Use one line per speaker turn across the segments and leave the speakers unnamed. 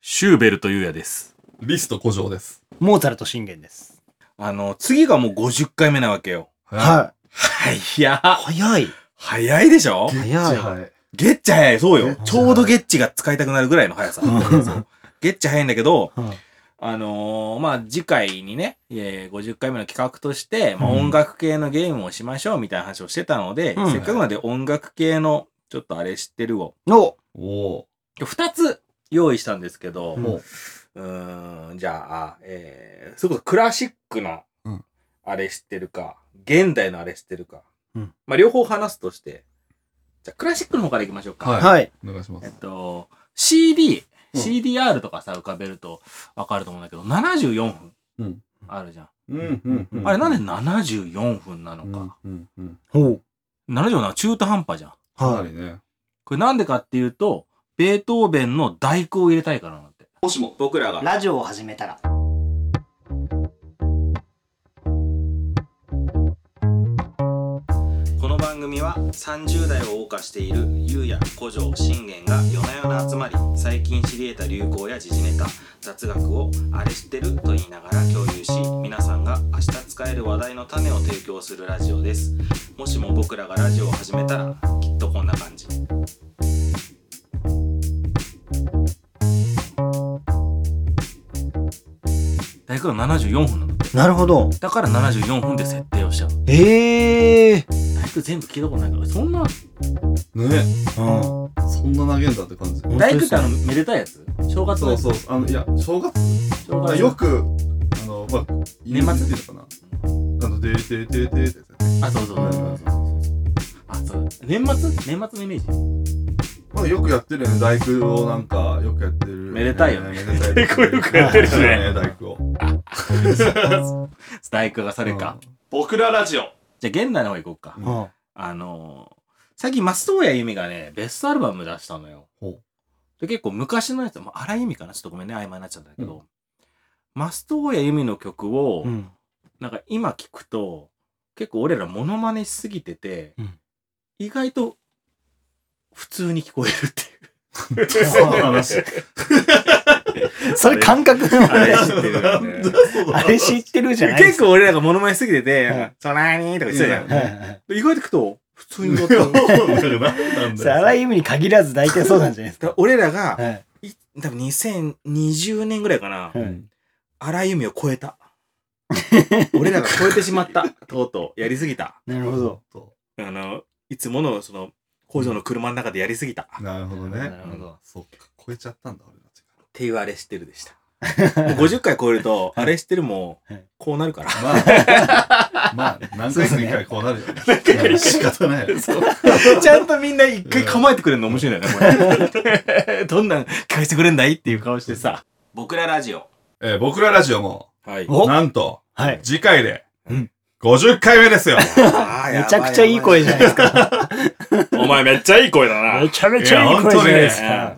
シューベルト優也です。
リスト古城です。
モーツァルト信玄です。
あの、次がもう50回目なわけよ。
は
早
い。早い。
早いでしょ
い。
早い
はい。
ゲッチ早い。そう
ゲ
よ
ッチ。ャ
ちょうどゲッチが使いたくなるぐらいの速 さ。
うん
そうゲッチ早いんだけど、
うん
あのーまあ、次回にね、えー50回目の企画として、まあ、
うん
音楽系のゲームをしましょうみたいな話をしてたので、
うん
せっかくなんで音楽系の、ちょっとあれ知ってるを、
の、
おお
2つ用意したんですけど、
ー。も
うーん、じゃあ、えー、それこそクラシックな
うん、
あれ知ってるか、現代のあれ知ってるか。
うん
まあ、両方話すとして、じゃあ、クラシックの方からいきましょうか。
は
はい。
う、お願いしま
えっ
す。
と、CD、
うん
CDR とかさ、浮かべるとわかると思うんだけど、74分。
うん
あるじゃん。
うん、うん、う
あれなんで74分なの
うん
か。、
うん、うん。
ほう。
74は中途半端じゃん。
かな
は
りね。
これなんでかっていうと、ベートーベンの大工を入れたいからなんだって。もしも僕らが
い。ラジオを始めたら。
この番組は30代を謳歌しているゆうや古城信玄が夜な夜な集まり最近知り得た流行や時事ネタ雑学をあれ知ってると言いながら共有し皆さんが明日使える話題の種を提供するラジオですもしも僕らがラジオを始めたらきっとこんな感じ大学は74分なの
なるほど。
だから74分で設定をしちゃう
ええー。
大学全部聞いたことないからそんな
ね。
うん。
そんな投げんだって感じ。
大工ってあのめでたいやつ正月
そ
の
うそう。あの、いや、正月
正月
よく、あの、まあ、
年末
っていうのかな。あの、でーでーでーでーってやつね。
あそうそうそうそうそうあそう年末年末のイメージ
まあ、よくやってるよね。大工をなんか、よくやってる。
めでたいよね
ねめでたい。
大工よくやってるしね
よ大工を。
大工がそれか
僕らラジオ
じゃあ現代の方行こうか
う
うん。
あのー最近松任谷由実がねベストアルバム出したのよ
ほう
で結構昔のやつ、まあ、荒井由実かなちょっとごめんね曖昧になっちゃったんだけど、松任谷由実の曲を、
うん。
なんか今聞くと結構俺らモノマネしすぎてて、
うん
意外と普通に聞こえるっていう
うん。その話。
それ感覚の
あれ
話
知ってるよね
あれ知ってるじゃない
結構俺らがモノマネしすぎて
は
て
い、
そなーにーとか言ってたじゃん。
はいはい
意外と聞くと、普通に乗っ
だ
てる
からなん
そ
だ
れ
よ。
荒い意味に限らず大体そうなんじゃないです
だか。
から
俺らが、
はい。
い多分2020年ぐらいかな
う、
うん
荒井由実を超え た。俺らが超えてしまった。とうとう、やりすぎた。
なるほど。
そ
あの、いつもの、その、工場の車の中でやりすぎた。っ
うなるほどね。
なるほ
ど
そっか、超えちゃったんだ、俺たち
ていうあれ知ってるでした。 もう50回超えると、あれ知ってるも
はい、
こうなるから。
が。まあ、まあ、何回かに一回こうなるよね。仕方ないよ ね。
ちゃんとみんな一回構えてくれるの面白 いよね、これ。どんなん返してくれんだいっていう顔してさ。僕らラジオ。
えー僕らラジオも、
はい
お
なんと、
はい。
次回で
うん、
50回目ですよ
めちゃくちゃいい声じゃないですか。
お前めっちゃいい声だな。
めちゃめちゃいい声じゃないです
いや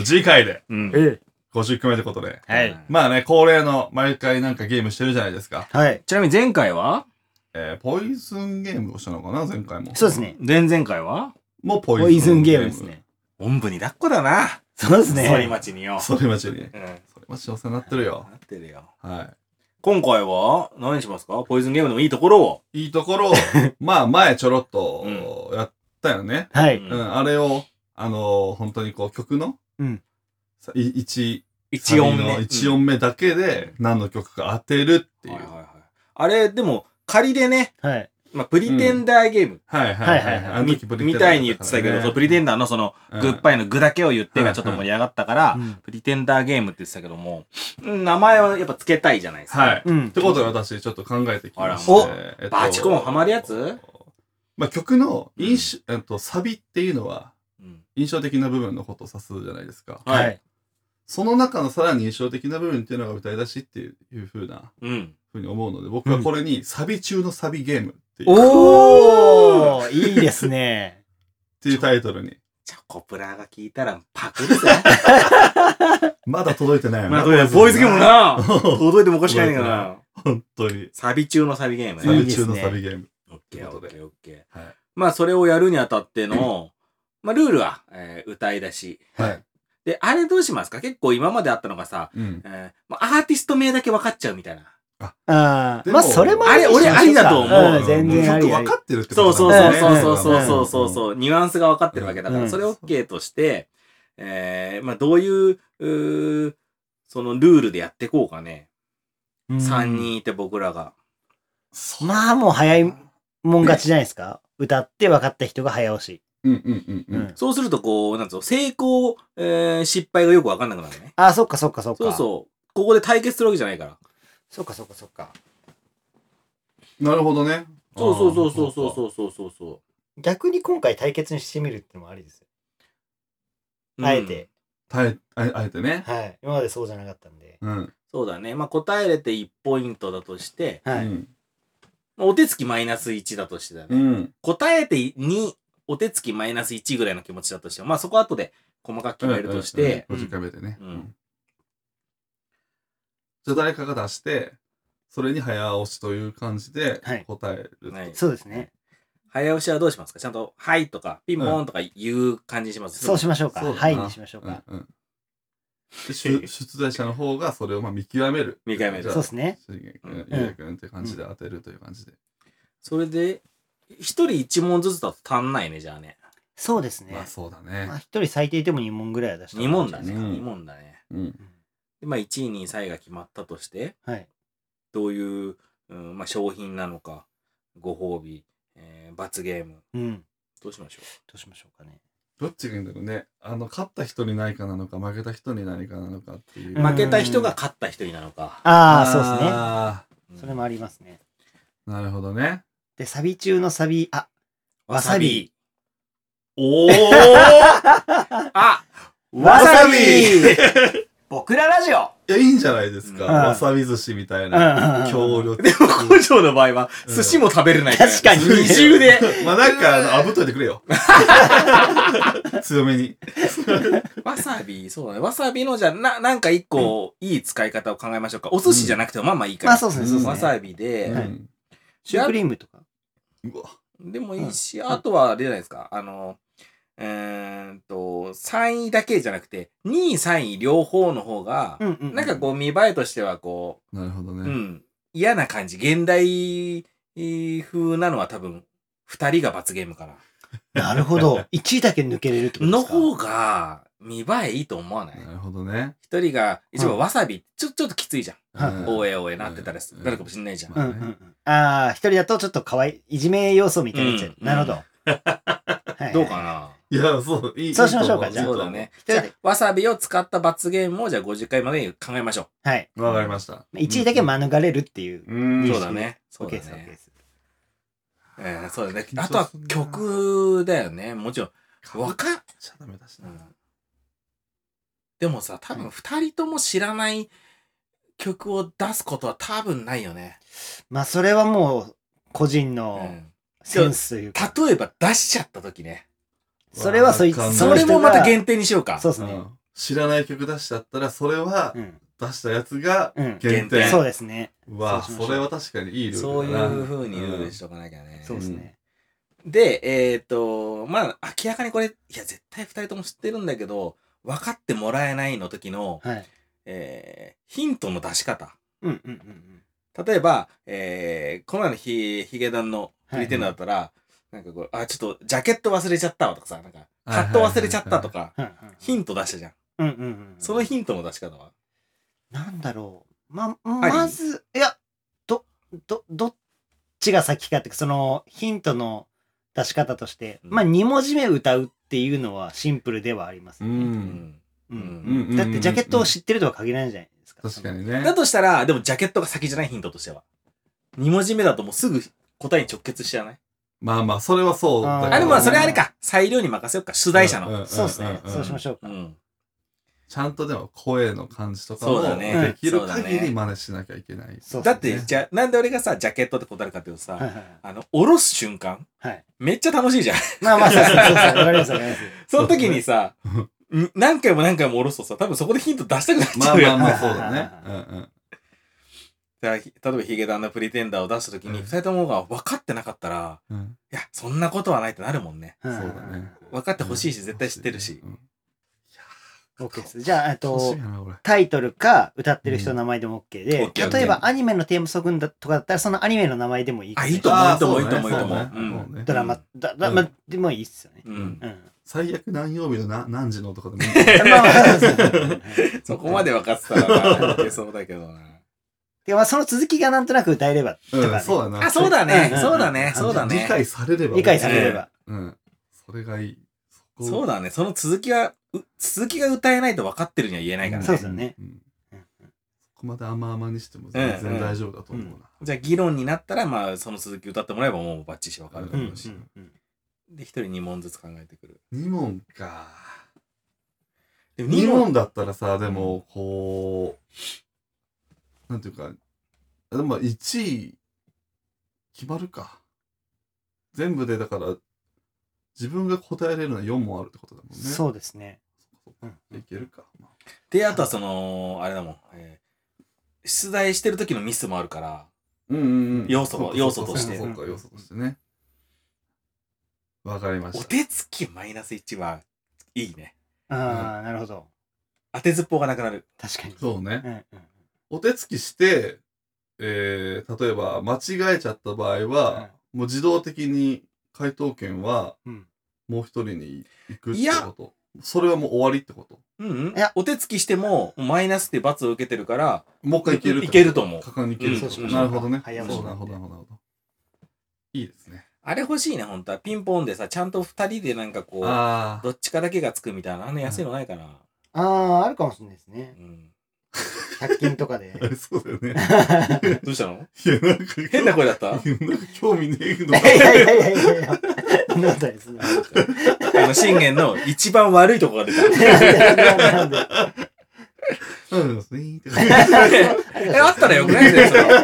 か。
次回で、
うん
え
50回目ってことで。
えはい。
まあね、恒例の毎回なんかゲームしてるじゃないですか。
はい。
ちなみに前回は
えーポイズンゲームをしたのかな、前回も。
そうです。ね。
前々回は
もうポ
ポイズンゲームですね。。
おんぶに抱っこだな。
そうですね。
反町によ。
それ待ちに。
うん。
それ待ちお世話になってるよ
な。ってるよ。
は
今回は何しますかポイズンゲームでもいいところを。
い。いいとこ ろを、まあ前ちょろっ
う
とやったよね。
は
う
い。
ん
うん、あれを、あのー本当にこう曲の、
うん
さい一
一音
サビ
目。
の一音目だけで何の曲か当てるって
うん
い
は
う。
いはいはいあれ、でも仮でね、
はい。
まあプリテンダーゲーム。
はいはいはい
はいはい
は。
はいい
あの
み
時プリテン
み
ダー
たいに言ってたけど、そうプリテンダーのその、
うん
グッバイの具だけを言ってがちょっと盛り上がったから、
うん
プリテンダーゲームって言ってたけども、うん名前はやっぱつけたいじゃないですか。
はい。
う
っ
ん。
てことで私ちょっと考えてきまして。
あら
えっと
バチコンハマるやつ
まあ曲の印象、えっと、サビっていうのは
うん
印象的な部分のことを指すじゃないですか。
はい。
はい。
その中のさらに印象的な部分っていうのが歌い出しっていういう風な、
うん。
風に思うので、僕はこれにサビ中のサビゲームっていう、っ
おーいいですね。
ていうタイトルに。
チョコプラが聞いたらパクるぜ。
まだ届いてないよね。
まあ、これボーイズゲームもな、 届いてもおかし
し
く
く
な
ないい
んだけど
んだけど
な
な。本当に。
サビ中のサビゲーム
サ
ね。
ビ中のサビゲーム。
オッケーオッケーオッケー。
はい。
まあ、それをやるにあたっての、まあ、ルールは、えー歌い出し。
はい。
で、あれどうしますか結構今まであったのがさ、
うん。
えーもうアーティスト名だけ分かっちゃうみたいな。
あー
でも
まあ、それも
あれ俺ありだと思うん
全然あり
よ
あ
く分
り。
かってるって
そ
こ
う
と
そうそ
なん
う
だね
そうそうそうそうそうう、ニュアンスが分かってるわけだから、
うん
それを OK として、えー、まあどういう、うーそのルールでやっていこうかね。
うん
3人いて僕らが。
まあ、もう早いもん勝ちじゃないですか。歌って分かった人が早押し。
んうんうん
う
うん
ん。
そうするとこう、なんつうの、成功、えー失敗がよく分かんなくなるね。
あー、そっかそっかそっか。
そうそう。ここで対決するわけじゃないから。
そっかそっかそっか。
なるほどね。
そうそうそうそう
あー
そうそうそうそう。
逆に今回対決にしてみるってのもありですよ。
うん
あえて。。
耐え、あえあえてね。
はい。今までそうじゃなかったんで。
うん。
そうだね。まあ答えれて1ポイントだとして、
は
う
い。
ん
まあお手つきマイナス1だとしてだね。
うん。
答えて2、お手つきマイナス1ぐらいの気持ちだとしても、まあそこは後で細かく決めるとして、
うんうんうん確かめてね。
う
うんんじゃあ誰かが出して、それに早押しという感じで
はい
答える。
はい
そうですね。
早押しはどうしますかちゃんと、はいとか、ピンポンとか言う感じにします。
そうしましょうか。
そうだな
はいにしましょうか。
うんうんで出出題者の方がそれをまあ見極める。
見極める
じゃあ
そうですね。
信玄君、
うん
ゆうや君って感じで当てるという感じで。
それで、一人一問ずつだと足んないね、じゃあね。
そうですね
まあ。そうだ
ま
ね。
あ、一人最低でも2問ぐらいは出した
2問だね。
うん
2問だね。
うん。
でまあ1位、2位、3位が決まったとして、
はい。
どういう、うんまあ、商品なのか、ご褒美、えー罰ゲーム、
うん。
どうしましょう
どうしましょうかね。
どっちがいいんだろうね。あの、勝った人に何かなのか、負けた人に何かなのかっていう。
うん
負けた人が勝った人になのか。
ああ、そうですね。
あ
うん
それもありますね。
ーなるほどね。
で、サビ中のサビ、あ、
わ
わ
さ
さ
び
び。
おおあ
わさび僕らラジオ
いや、いいんじゃないですか。
うん
わさび寿司みたい
うん
な。
うんうん
強力。
でも、工場の場合は、
うん
寿司も食べれない
確かに
二重で。
まあなんか、あの、炙っといてく れよ。強めに。
わさび、そうだね。わさびの、じゃあ、な、なんか一個、いい使い方を考えましょうか。お寿司じゃなくても、まあまあいいから。
まあそうですね、そうですね。
わさびで、
うん
シュークリームとか。
うわ。
でもいいし、あとは、あれじゃないですか。あの、うーんと、3位だけじゃなくて、2位、3位両方の方が、
んう
なんかこう、見栄えとしては、こ
なるほど
う、う
ね。
ん、嫌な感じ。現代風なのは多分、2人が罰ゲームかな。
なるほど。1位だけ抜けれるってことで
の
すか
方が、見栄えいいと思わない
なるほどね。
一人が、一
う
番
ん
わさび、ちょ、ちょっときついじゃん。
はい
うん
おえおえなってたら
うん
なるかもしんないじゃん。
ま
う
あ
んう
ね
んうん。ああ、一人だとちょっとかわいい、いじめ要素みたいになやつや
うん
なるほど。 はい
どうか
いや、そう、いい。
そうしましょうか
いい
じ
な
ゃ
と
あ
思
そうだね。。
一人
じ
で
ゃあわさびを使った罰ゲームを、じゃあ50回までに考えましょ
はい。
わかりました。
1位だけ免れるっていう。
うん。
う。
うん
そうだね。そうだ
OK です、OK で
ね。
す。
うんそうだね
緊張すん。な
あとは曲だよね。もちろん。わか、
ちゃダメだし
う
な。
んでもさ、多分二人とも知らない曲を出すことは多分ないよね。
まあ、それはもう、個人
う
の
ん
センスというか。
例えば出しちゃった時ね。
それはそいつ
わかん、ない
それもまた
限
限定にしようか。
そうです
う
ね。
ん知らない曲出しちゃったら、それは
うん。
出したやつが
う
減
ん。
減
点。
点
そうですね。
うわ、
そうしましょう
それは確かにいいル
そう
ー
い
ルだな。
うふうにルール
ん
にしとかなきゃね。
そうですね。
で、えっ、と、まあ、明らかにこれ、いや、絶対二人とも知ってるんだけど、分かってもらえないの時の、
はい。
えーヒントの出し方。
うんうんうんうん。
例えば、えー、この前のヒヒゲダンのフリテンダーだったら、なんかこう、あ、ちょっと、ジャケット忘れちゃったわとかさ、なんか、カット忘れちゃったとか、
うんうんうん
ヒント出したじゃん。
うんうんうん。
そのヒントの出し方は
なんだろう。ま、
あり
まず、いや、ど、ど、どっちが先かっていうか、そのヒントの出し方として、
うん
まあ、2文字目歌うっていうのはシンプルではあります
う
よね。
ん。
う。
うんん
だって、ジャケットを
し
知ってるとは限らないじゃないですか。
確か
その。
に
だ
ね。
としたら、でもジャケットが先じゃないヒントとしては。2文字目だともうすぐ答えに直結しちゃない
まあまあ、それはそうだけど
あ、でもまあそれあれか。裁量に任せようか。取材者の。
んんんん
そうですね。そうしましょうか。
うん。
ちゃんとでも声の感じとか
そ
も
うだね
できる
そうだね
限り真似しなきゃいけない。
そう
だって、
ね
じゃあ、なんで俺がさ、ジャケットって答えるかっていうとさ、
はいはいはい
あの、下ろす瞬間、
はい。
めっちゃ楽しいじゃん。
まあまあ、そうそうそうそう。わかりますわかります。
その時にさ
そうね、
ん何回も何回も下ろすとさ、多分そこでヒント出したくなっち
ま
ゃ
あ
うよ。
まあまあ、そう だ ね。
う
うんんう
う
ん。
だからひ例えばヒゲダンのプリテンダーを出した時に、
うん
二人ともが分かってなかったら、
うん
いや、そんなことはないってなるもんね。
そう
そうだね。
分かってほしいし、絶対知ってるし。
うん。いや
OK です。じゃあ、えっ
楽し
と
み、やな、これ。
タイトルか歌ってる人の名前でも OK で、
OK
例えばアニメのテーマソングだとかだったら、そのアニメの名前でもいいですね
あいいと思う
あー
いいと思う
そ
い
うね
いと思ういいと思う
そうね
うん
そうね
ドラマ、だドラマでもいいっすよね。
うん
うん。
最悪何曜日のな何時のとかでもいい。
まあまあそうですね
そこまで分かってたらな、いけそうだけどな。
でまあその続きがなんとなく歌えれば、とか
う
ね
ん、そうだな。
あ、そうだ
うん
ね
う。ん
そうだね。
あ
そうだ
理
ね。
解されれば。
理解されれば。
うん。それがいい。
そう
だ。
だね。その続きは、う続きが歌えないと分かってるには言えないから
そう
ね
で。すよね。
ん
うんうん
そこまで甘々にしても全
うんうん
然大丈夫だと思うな。
じゃあ議論になったら、まあ、その続き歌ってもらえばもうバッチリ分かるだ
うん
ろ
う
うし。
んうん
で、一人2問ずつ考えてくる。
2問か。
でも
2
2問
問だったらさ、でも、こう、なんていうか、でも1位、決まるか。全部で、だから、自分が答えれるのは4問あるってことだもんね。
そうですね。うん
いけるか。まあ
で、あとはその、あれだもん。えー出題してる時のミスもあるから、
うんうんうん
要素
そうか
要
そ
素
うか
として
そうか、要素としてね。わかりま
お
した。
手つきマイナス1はいいね。
ああ、なるほど。
当てずっぽうがなくなる。
確かに。
そうね
う。んうん
お手つきして、えー、例えば間違えちゃった場合は、もう自動的に回答権は
うん
もう一人に行くっ
い
て
や
こと。それはもう終わりってこと。
うんうん。
いや
お手つきしても、マイナスって罰を受けてるから、
もう一回いけるって
いけると思う
果敢にいけるってこと、
うん
なるほどね。
早押し
そう
な
なんる
で
ほど、なるほどなるほど。いいですね。
あれ欲しいね、本当は。ピンポンでさ、ちゃんと二人でなんかこう、
あ
どっちかだけがつくみたいな、あの安いのないかな。
ああ、あるかもしれないですね
う。ん。
100均とかで。
あ。そうだよね。
どうしたの
いや、なんか、
変な声だ ったあ
いやなんか興味ねえの
いやいやいやいやいや。そんなことないですね。
の、信玄の一番悪いとこが出た。
なんで
うん、スイーンって。
え、あったらよくないですよ、それ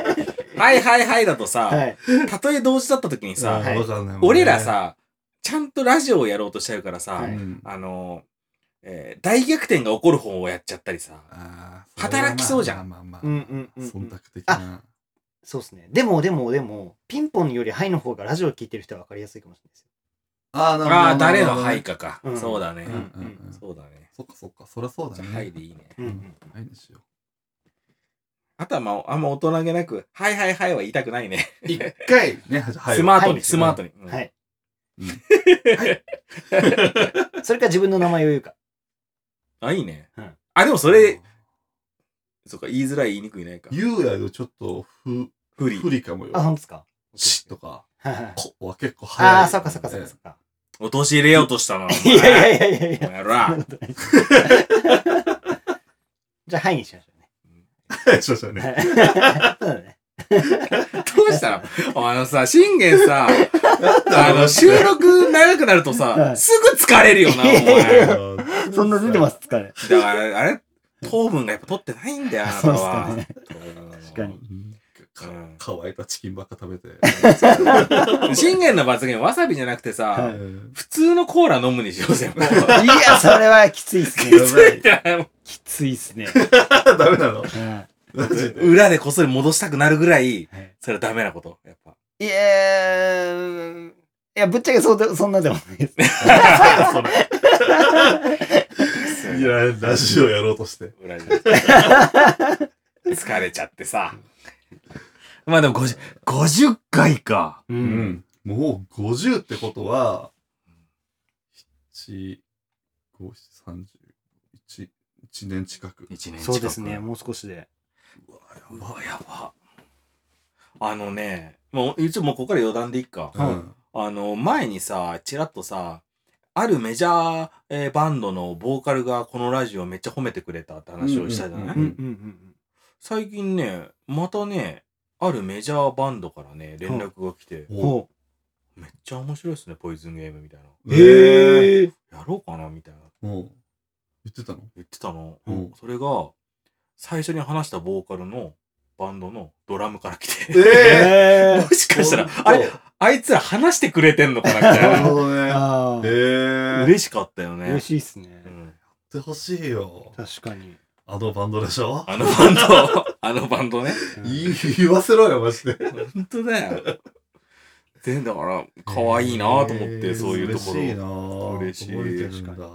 はいはいはいだと
は
さ、
い。
たとえ同時だった時に
あ
さ、
ーわかんない
俺ら、さ、ちゃんとラジオをやろうとしてるから
う
さ、
ん
あの、えー大逆転が起こる方をやっちゃったりさ、
あー
働きそうじゃん
まあまあ
う
まあ
ん
ま
うん
あ
うんう
忖度
ん。
的な。
そうですね。でもでもでも、ピンポンよりハイの方がラジオ聞いてる人は分かりやすいかもしれないですよ。
ああ、なるほど
ああ、誰の
なるほど
はいかか
う。ん
そうだね
うん。うん
う
うん。
そうだね。
そっかそっか、そりゃそうだ
じゃ
ね。
あ、はいでいいね。
うん
はいにしよ
あとは、まあ、あんま大人げなく、はいはいはいは言いたくないね。
う。一回ね、ははい。
スマート
は
に、
い
スマートに。
う。
うんん
はい。
はい
それか自分の名前を言うか。
あ、いいね
うん。
あ、でもそれ、、そっか、言いづらい、言いにくいないか。
言うやでちょっと、ふ、
不利
不。利かもよ
あ、。本当ですか
しとか、
はいはい
こは結構早い。
ああ、そっかそっかそっかそっか。
落とし入れようとしたな。お
い
前
やいやいやいやい
お
や。
前ら。
じゃあ、はいにしましょうね。
か。 そうそう ね。
はいそうだね。
どうしたら、あのさ、信玄さ、あの、収録長くなると
は
さ、
い
すぐ疲れるよな、お
あ
前。だか
ー
そんな出てます、疲れ。
ら、あれ糖分がやっぱ取ってないんだよ、あなた
そう
は
っ。確か
う
に
んか
うん
乾いたチキンばっか食べて。
信玄の罰ゲーム、わさびじゃなくて
は
さ
い、
うん
普通のコーラ飲むにしようぜ、もう。
いや、それはきついっす
や
ね。
ばい。
きついっすね。
ダメなの
うん
マジで
裏でこっそり戻したくなるぐらい
はい、
それはダメなこと、やっぱ。
いやー、いや、ぶっちゃけそうでそんなでもないです。
いや、ラジオやろうとして。
裏で。疲れちゃってさ。まあでも50、50回か。
う
う。ん。もう50ってことは、7、5、30、1、1年近く。
一年近く。
そうですね、もう少しで。
うわ、やば。あのね、もう、一応もうここから余談でいいか。
はい
うん
あの、前にさ、ちらっとさ、あるメジャー、えーバンドのボーカルがこのラジオめっちゃ褒めてくれたって話をしたじゃない、
うん
うんうんうん
最近ね、またね、あるメジャーバンドからね、連絡が来て、
うん。
お
ほ
めっちゃ面白いっすね、ポイズンゲームみたいな。
う。
え
へー。
やろうかな、みたいな。
もう、言ってたの
言ってたの。
うん
それが、最初に話したボーカルのバンドのドラムから来て、
え
え
もしかしたら、あれ、あいつら話してくれてんのかなみ
な
た い
るほ
な。
どね。
あ
え
ー
ー。やっ
嬉しかったよね
嬉。しいっすね
う。ん
てほしい よ。
確かに。
あのバンドでしょ
あのバンド、 あのバンドね。
うん
言い言わせろよ、マジで。
本当だよ。全だから、可愛いなと思って、そういうとこ
嬉しい
ろ。
な
嬉しい
届てるんだ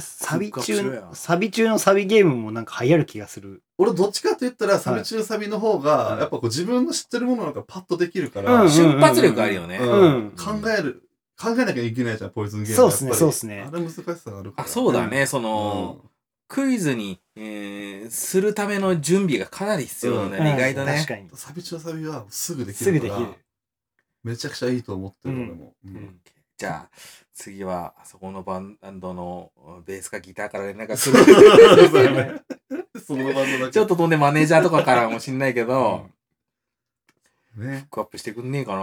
サビ
フックアップしろ
中
や
の、サビ中のサビゲームもなんか流行る気がする。
俺どっちかと言ったらサビ中サビの方が、
はい
やっぱこう自分の知ってるものなんかパッとできるから、
うん
瞬発力あるよね。
うん
うん。
考える、考えなきゃいけないじゃん、ポイズンゲーム
そうっすね
やぱり
そ
あれ
うっすね
難しさがある
あ、
から。
そうだね。そうの、クイズに、えーするための準備がかなり必要なんだよね。
うん
意外とね
確。かに
ん。。サビ中サビはすぐでき
すぐ
る
で
か
き
ら、
る。
めちゃくちゃいいと思ってる、
うん
俺も。うん
うん
じゃあ、次は、あそこのバンドのベースかギターから連絡が来る。
そうだね そのバンドだけ。
ちょっと飛んでマネージャーとかからもしんないけど、フ
ね
ッ。クアップしてくんねえか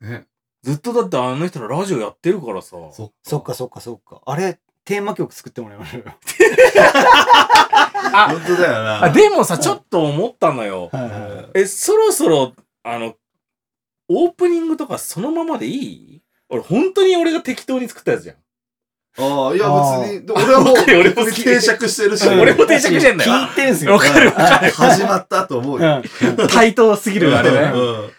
な。
ね。
ずっとだってあの人らラジオやってるからさ。
そ
そっかそっかそっか。あれ、テーマ曲作ってもらいま しょうよ。
本当だよな。
あ、でもさ、ちょっと思ったのよ。
はいはいはい。
う
え、そろそろ、あの、オープニングとかそのままでいい俺、本当に俺が適当に作ったやつじゃん。
んああ、いや別に、で俺はもう、
わかる俺も好き
ここに定着してるし、
俺も定着してんだよ
聞いてんす
わ
よ。
かるわか
うん始まったと思うよ。
うん対等すぎるあれね。
うん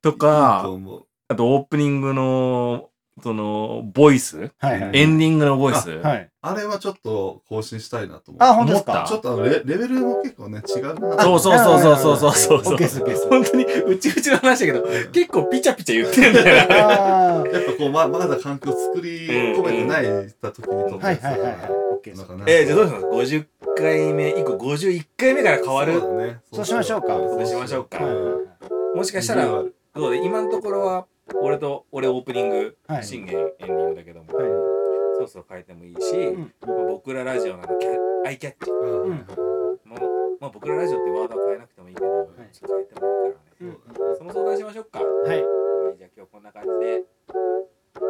と
いいと
か、
思う
あとオープニングの、その、ボイス
はいはい。
エンディングのボイス
はい。
あれはちょっと更新したいなと思う。
あ、本当です
思っ
か
た
ちょっとあのレレベルも結構ね、違うな。
そうそうそうそうそうそう
オ
そ
ッ
う
ケーです、オッケーです。
本当に、うちうちの話だけど、
うん
結構ピチャピチャ言ってんだよ ね。
あ
やっぱこう、ままだ環境作り込めてないた時にと
ー
っ
はい
て
はいはい はい。オッケーです
なん。かね
えー、じゃあどうします ?50 回目以降、51回目から変わる
そうだね
そうしましょうか
そうしましょうか
ん
もしかしたら、
は
ど
いう
だ今のところは、俺と、俺オープニング、
はい
信玄エンディングだけども、
は
そろそろ変えてもいいし、
いうん
まあ僕らラジオなのキャアイキャッチ
うん
うん
も、まあ、僕らラジオってワードは変えなくてもいいけど、ちょっと変えてもいいからね、その相談しましょうか、は
はい。
い、じゃあ今日こんな感じで。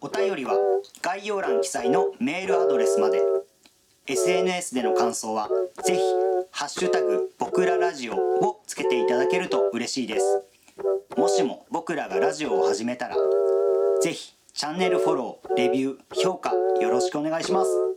お便りは概要欄記載のメールアドレスまで SNS での感想はぜひハッシュタグ僕らラジオをつけていただけると嬉しいですもしも僕らがラジオを始めたらぜひチャンネルフォローレビュー評価よろしくお願いします